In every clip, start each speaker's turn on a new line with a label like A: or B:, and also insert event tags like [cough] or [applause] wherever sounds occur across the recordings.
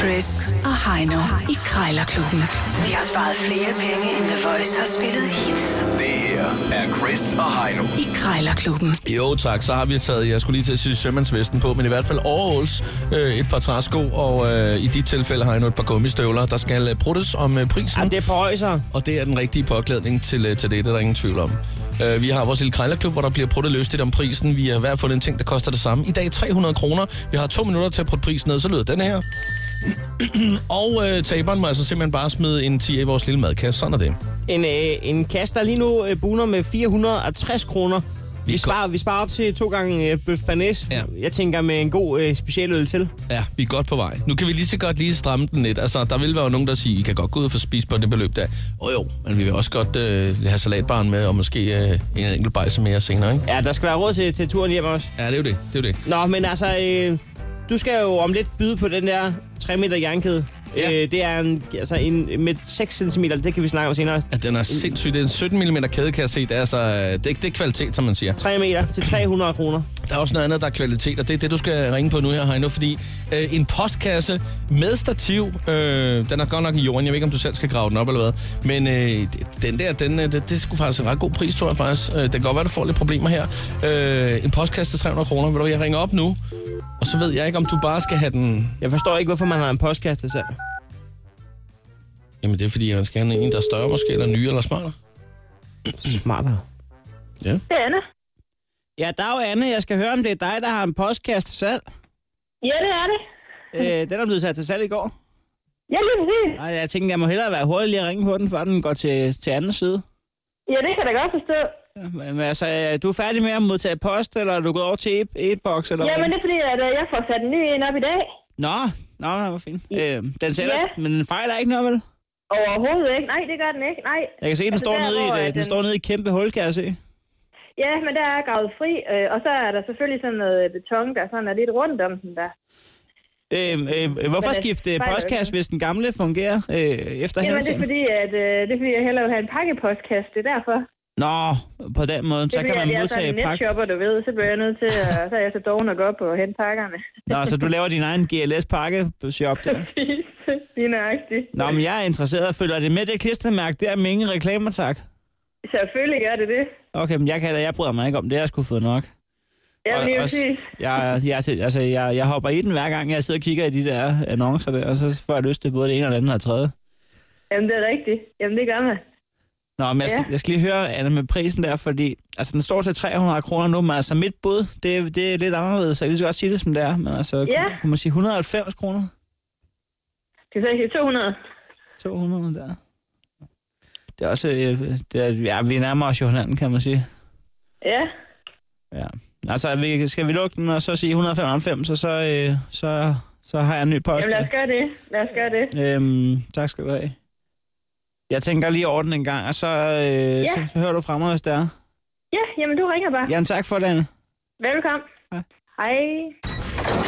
A: Chris og Heino i Krejlerklubben. De har sparet flere penge, end The Voice har spillet hits
B: Det her er Chris og Heino.
A: i Krejlerklubben.
C: Jo tak, så har vi taget, jeg skulle lige til at sige sømandsvesten på, men i hvert fald overalls, øh, et par træsko, og øh, i dit tilfælde har jeg nu et par gummistøvler, der skal øh, bruttes om øh, prisen,
D: Jamen, det er prøjser.
C: og det er den rigtige påklædning til, øh, til det, det er der ingen tvivl om. Øh, vi har vores lille krejlerklub, hvor der bliver pruttet løstigt om prisen. Vi har hver fundet en ting, der koster det samme. I dag 300 kroner. Vi har to minutter til at prutte prisen ned, så lyder den her. [clears throat] og øh, taberen må altså simpelthen bare smide en 10 i vores lille madkasse. Sådan er det.
D: En, øh, en kasse, der lige nu øh, buner med 460 kroner.
C: går-
D: Vi, vi, sparer, vi sparer op til to gange øh, bøf panes.
C: Ja.
D: Ja. Jeg tænker med en god øh, specialøl til.
C: Ja, vi er godt på vej. Nu kan vi lige så godt lige stramme den lidt. Altså, der vil være jo nogen, der siger, I kan godt gå ud og få spist på det beløb der. Åh jo, men vi vil også godt øh, have salatbaren med, og måske øh, en enkelt bajse mere senere, ikke?
D: Ja, der skal være råd til, til turen hjem også.
C: Ja, det er jo det. Det er jo det.
D: Nå, men altså, øh, du skal jo om lidt byde på den der 3 meter jernkæde.
C: Ja.
D: Ja. Øh, det er en, altså en med 6 cm, det kan vi snakke om senere.
C: At den er sindssyg. Det er en 17 mm kæde, kan jeg se. Det er, altså, øh, det, er- det er kvalitet, som man siger.
D: 3 meter til 300 kroner.
C: Der er også noget andet, der er kvalitet, og det er det, du skal ringe på nu her, Heino, fordi øh, en postkasse med stativ, øh, den er godt nok i jorden, jeg ved ikke, om du selv skal grave den op eller hvad, men øh, den der, den, øh, det, det skulle faktisk en ret god pris, tror jeg faktisk. Øh, det kan godt være, du får lidt problemer her. Øh, en postkasse til 300 kroner, vil du, jeg ringer op nu, og så ved jeg ikke, om du bare skal have den...
D: Jeg forstår ikke, hvorfor man har en postkasse til salg.
C: Jamen, det er fordi, man skal have en, der er større måske, eller nye, eller smartere.
D: Smartere.
C: Ja.
E: Det er Anne.
D: Ja, der er jo Anne. Jeg skal høre, om det er dig, der har en postkasse til salg.
E: Ja, det er det.
D: Øh, den er blevet sat til salg i går.
E: Ja, lige præcis.
D: Nej, jeg tænkte, jeg må hellere være hurtig lige at ringe på den, før den går til, til anden side.
E: Ja, det kan jeg da godt forstå.
D: Ja, Men altså, er du er færdig med at modtage post, eller er du gået over til e- e-boks? Eller
E: Jamen,
D: hvad?
E: det er fordi, at øh, jeg får sat en ny en op i dag.
D: Nå, nå, hvor fint. Øh, den sælger,
E: Ja.
D: men den fejler ikke noget, vel?
E: Overhovedet ikke. Nej, det gør den ikke. Nej.
D: Jeg kan se, den,
E: Altså,
D: står,
E: der,
D: nede i,
E: hvor, øh,
D: et, den... den
E: den-
D: står nede i et kæmpe hul, kan jeg se.
E: Ja, men der er gravet fri, øh, og så er der selvfølgelig sådan noget øh, beton, der sådan er lidt rundt om den der.
D: Øh, øh, hvorfor
E: Men, øh,
D: skifte
E: fejler
D: postkasse,
E: ikke.
D: hvis den gamle fungerer øh, efter
E: Jamen, det er
D: hensigten?
E: fordi, at, øh, det er fordi, jeg hellere vil have en pakkepostkasse. Det er derfor.
D: Nå, på den måde,
E: Det
D: så
E: er
D: kan
E: fordi, at
D: man
E: jeg er sådan
D: modtage
E: en
D: pakke.
E: netshopper, du ved. Så bliver jeg nødt til, at så er jeg så doven at gå op og hente pakkerne.
D: Nå, så du laver din egen GLS-pakke-shop
E: [laughs]
D: der.
E: Lige nøjagtigt.
D: Nå, men jeg er interesseret. Følger det med det klistermærke der med ingen reklamer, tak?
E: Selvfølgelig gør det det.
D: Okay, men jeg, kan, jeg bryder mig ikke om det. Jeg skulle fået nok.
E: Ja,
D: Og-
E: lige
D: også-
E: præcis.
D: Jeg, jeg, altså, jeg, jeg hopper i den hver gang, jeg sidder og kigger i de der annoncer der, og så får jeg lyst til både det ene og det andet og det tredje.
E: Jamen, det er rigtigt. Jamen, det gør man.
D: Nå, men jeg, skal,
E: Ja.
D: jeg skal lige høre, Anna, med prisen der, fordi altså, den står til 300 kroner nu, men altså mit bud, det, det er lidt anderledes, så jeg kan lige så godt sige det, som det er, men altså,
E: Ja.
D: kunne, kunne man sige 190 kroner?
E: Skal vi så sige 200?
D: 200 der? Det er også, øh, det er, ja, vi nærmer os jo hinanden, kan man sige.
E: Ja.
D: Ja. Altså, vi, skal vi lukke den og så sige 195, og så, øh, så, så har jeg en ny post.
E: Jamen, lad os gøre det. Lad os gøre det.
D: Øhm, tak skal du have. Jeg tænker lige over den en gang, og så, øh, ja. så, så hører du fra mig, hvis det er.
E: Ja, jamen, du ringer bare.
D: Jamen tak for det, Anne.
E: Velkommen.
D: Ja.
E: Hej.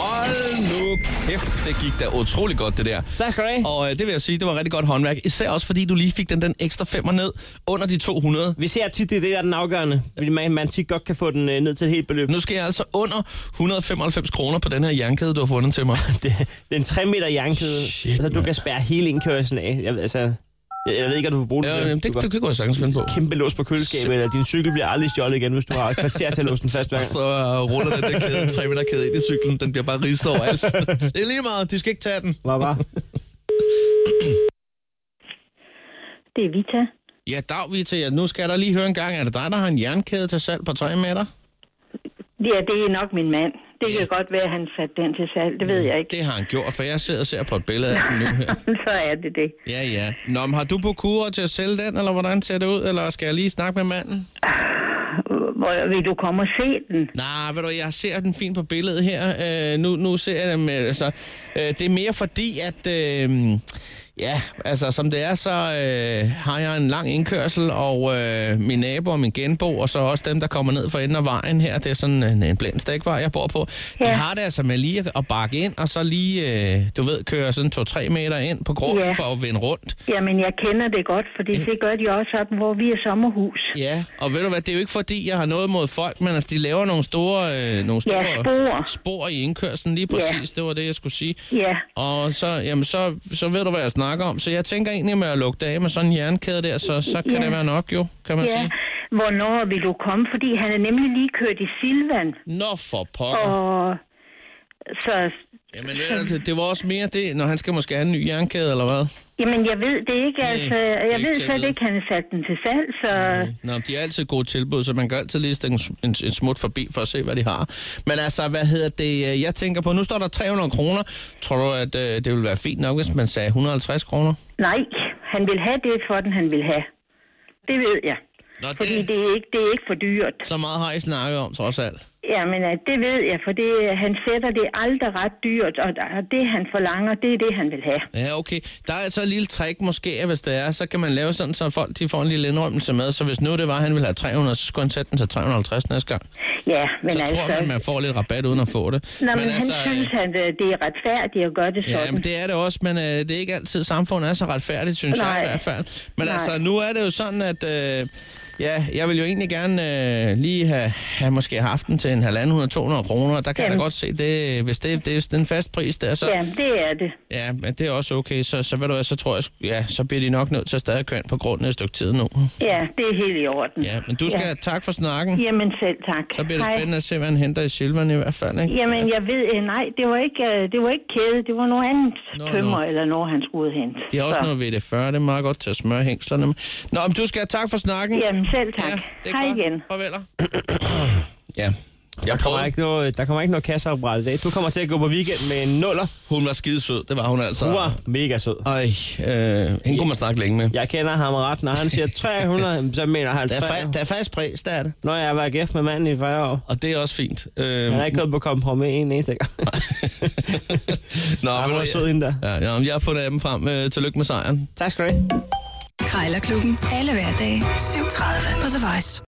C: Hold nu kæft, det gik da utrolig godt, det der.
D: Tak skal du have. Og
C: Og øh, det vil jeg sige, det var rigtig godt håndværk. Især også fordi du lige fik den, den ekstra femmer ned under de 200.
D: vi ser tit, det er det, der er den afgørende. Fordi man, man tit godt kan få den øh, ned til et helt beløb.
C: Nu skal jeg altså under 195 kroner på den her jernkæde, du har fundet til mig.
D: [laughs] Det, det er en 3 meter jernkæde,
C: Shit,
D: altså, du
C: mand.
D: kan spærre hele indkørselen af. Jeg, ved- altså, jeg, jeg ved ikke, at du vil bruge det
C: Ja,
D: til.
C: jamen, [laughs] Øh, det, det,
D: Du kan-
C: det kunne jeg sagtens finde på.
D: kæmpe lås på køleskabet, eller din cykel bliver aldrig stjålet igen, hvis du har et kvarter til at låse den fast hver
C: Og
D: gang.
C: så øh, ruller den der kæde, 3 meter kæde ind i cyklen, den bliver bare ridset over alt. Det er lige meget, de skal ikke tage den.
D: Hvad var?
F: Det er Vita.
C: Ja, dag vi til jer. Nu skal der lige høre en gang, er det dig, der har en jernkæde til salg på 3 meter?
F: Ja, det er nok min mand. Det kan godt være, at han satte den til salg. Det ved jeg ikke.
C: Det har han gjort, for jeg sidder og ser på et billede af den nu her.
F: Så er det det.
C: Ja, ja. Nå, men har du på kurer til at sælge den, eller hvordan ser det ud? Eller skal jeg lige snakke med manden?
F: Hvor vil du komme og se den?
C: Nej, ved du, jeg ser den fint på billedet her. Øh, nu, nu ser jeg dem, øh, altså, øh, det er mere fordi, at øh, Ja, altså som det er, så øh, har jeg en lang indkørsel, og øh, min nabo og min genbo, og så også dem, der kommer ned for enden af vejen her, det er sådan en, en blænd stikvej, jeg bor på, ja. de
F: Ja.
C: har det altså med lige at bakke ind, og så lige, øh, du ved, køre sådan 2-3 meter ind på grund ja.
F: Ja.
C: for at vende rundt.
F: Jamen, jeg kender det godt, fordi det gør de også op, hvor vi er sommerhus.
C: Ja, og ved du hvad, det er jo ikke fordi, jeg har noget mod folk, men altså, de laver nogle store, øh, nogle store
F: Ja, spor.
C: spor i indkørslen, lige
F: Ja.
C: præcis, ja. det var det, jeg skulle sige.
F: Ja,
C: Og så, jamen så, så ved du, hvad jeg snakker om. Så jeg tænker egentlig med at lukke det af med sådan en jernkæde der, så, så kan
F: Ja.
C: det være nok jo, kan man ja.
F: ja.
C: sige.
F: Hvornår vil du komme? Fordi han er nemlig lige kørt i Silvan,
C: Nå for pokker. Oh.
F: og så...
C: Jamen, ved du, det, det var også mere det, når han skal måske have en ny jernkæde, eller hvad?
F: Jamen, jeg ved det ikke, altså. Jeg
C: ikke
F: ved
C: til at
F: slet
C: vide.
F: ikke, han har sat den til salg, så...
C: Nå, de er altid gode tilbud, så man kan altid lige stikke en, sm- en, en smut forbi for at se, hvad de har. Men altså, hvad hedder det, øh, jeg tænker på, nu står der 300 kroner. Tror du, at øh, det ville være fint nok, hvis man sagde 150 kroner?
F: Nej, han vil have det for den, han vil have. Det ved jeg.
C: Nå,
F: Fordi
C: det,
F: det er ikke, det er ikke for dyrt.
C: så meget har I snakket om, trods alt.
F: Jamen, øh, det ved jeg, for det, øh, han sætter det aldrig ret dyrt, og og det, han forlanger, det er det, han vil have.
C: Ja, okay. Der er så et lille trick måske, at hvis det er, så kan man lave sådan, så folk de får en lille indrømmelse med. Så hvis nu det var, at han ville have 300, så skulle han sætte den til 350 næste gang.
F: Ja, men
C: så
F: altså...
C: tror man, man får lidt rabat uden at få det.
F: Nå, men, men han
C: altså,
F: altså, synes, at øh, det er retfærdigt at gøre det sådan.
C: Ja, men det er det også, men øh, det er ikke altid, samfundet er så retfærdigt, synes Nej.
F: Nej.
C: jeg i hvert fald. Men Nej.
F: Nej.
C: altså, nu er det jo sådan, at øh, ja, jeg vil jo egentlig gerne øh, lige have, have måske haft den til en halvanden 200 kroner, og der kan jeg da
F: Jamen.
C: godt se, det, hvis det, det er en fast pris der, så,
F: ja, det er det.
C: Ja, men det er også okay. Så, så ved du hvad, så tror jeg, sgu- ja, så bliver de nok nødt til at stadig køre ind på grunden et stykke tid nu.
F: Ja, det er helt i orden.
C: Ja, men du skal ja. tak for snakken. Ja.
F: Jamen, selv tak.
C: Så bliver det
F: Hej.
C: spændende at se, hvad han henter i Silvan i hvert fald, ikke?
F: Jamen, jeg ved, øh, nej, det var ikke, øh, det var ikke kæde, det var noget andet
C: Nå,
F: tømmer,
C: nå.
F: eller når han skulle ud hente.
C: De har også noget ved det 40, det er meget godt til at smøre hængslerne med. Nå, men du skal have tak for snakken.
F: Jamen, selv tak.
C: det er
F: Hej
C: godt.
F: igen.
C: [clears throat] Farveler. ja, jeg
G: Der kommer
C: prøvede.
G: ikke noget, øh, der kommer ikke noget kasseapparat i dag. Du kommer til at gå på weekend med en nuller.
C: Hun var skidesød, det var hun altså.
G: Du er mega sød.
C: Ej, øh, hende kunne man snakke længe med.
G: Jeg kender ham ret, når han siger 300, [laughs] så mener han
C: Der er, fa-
G: 300.
C: der er faktisk pris, der er det.
G: Når jeg har været gift med manden i 40 år.
C: Og det er også fint. Øh,
G: Han er ikke gået på kompromis en eneste gang.
C: [laughs] Nå,
G: Ej,
C: ved
G: hvor
C: du,
G: er
C: jeg-
G: sød hende der.
C: Ja, ja, jeg har fundet af dem frem. Øh, tillykke med sejren.
G: Tak skal du have.
A: Krejlerklubben. Alle hverdage. 7.30 på The Voice.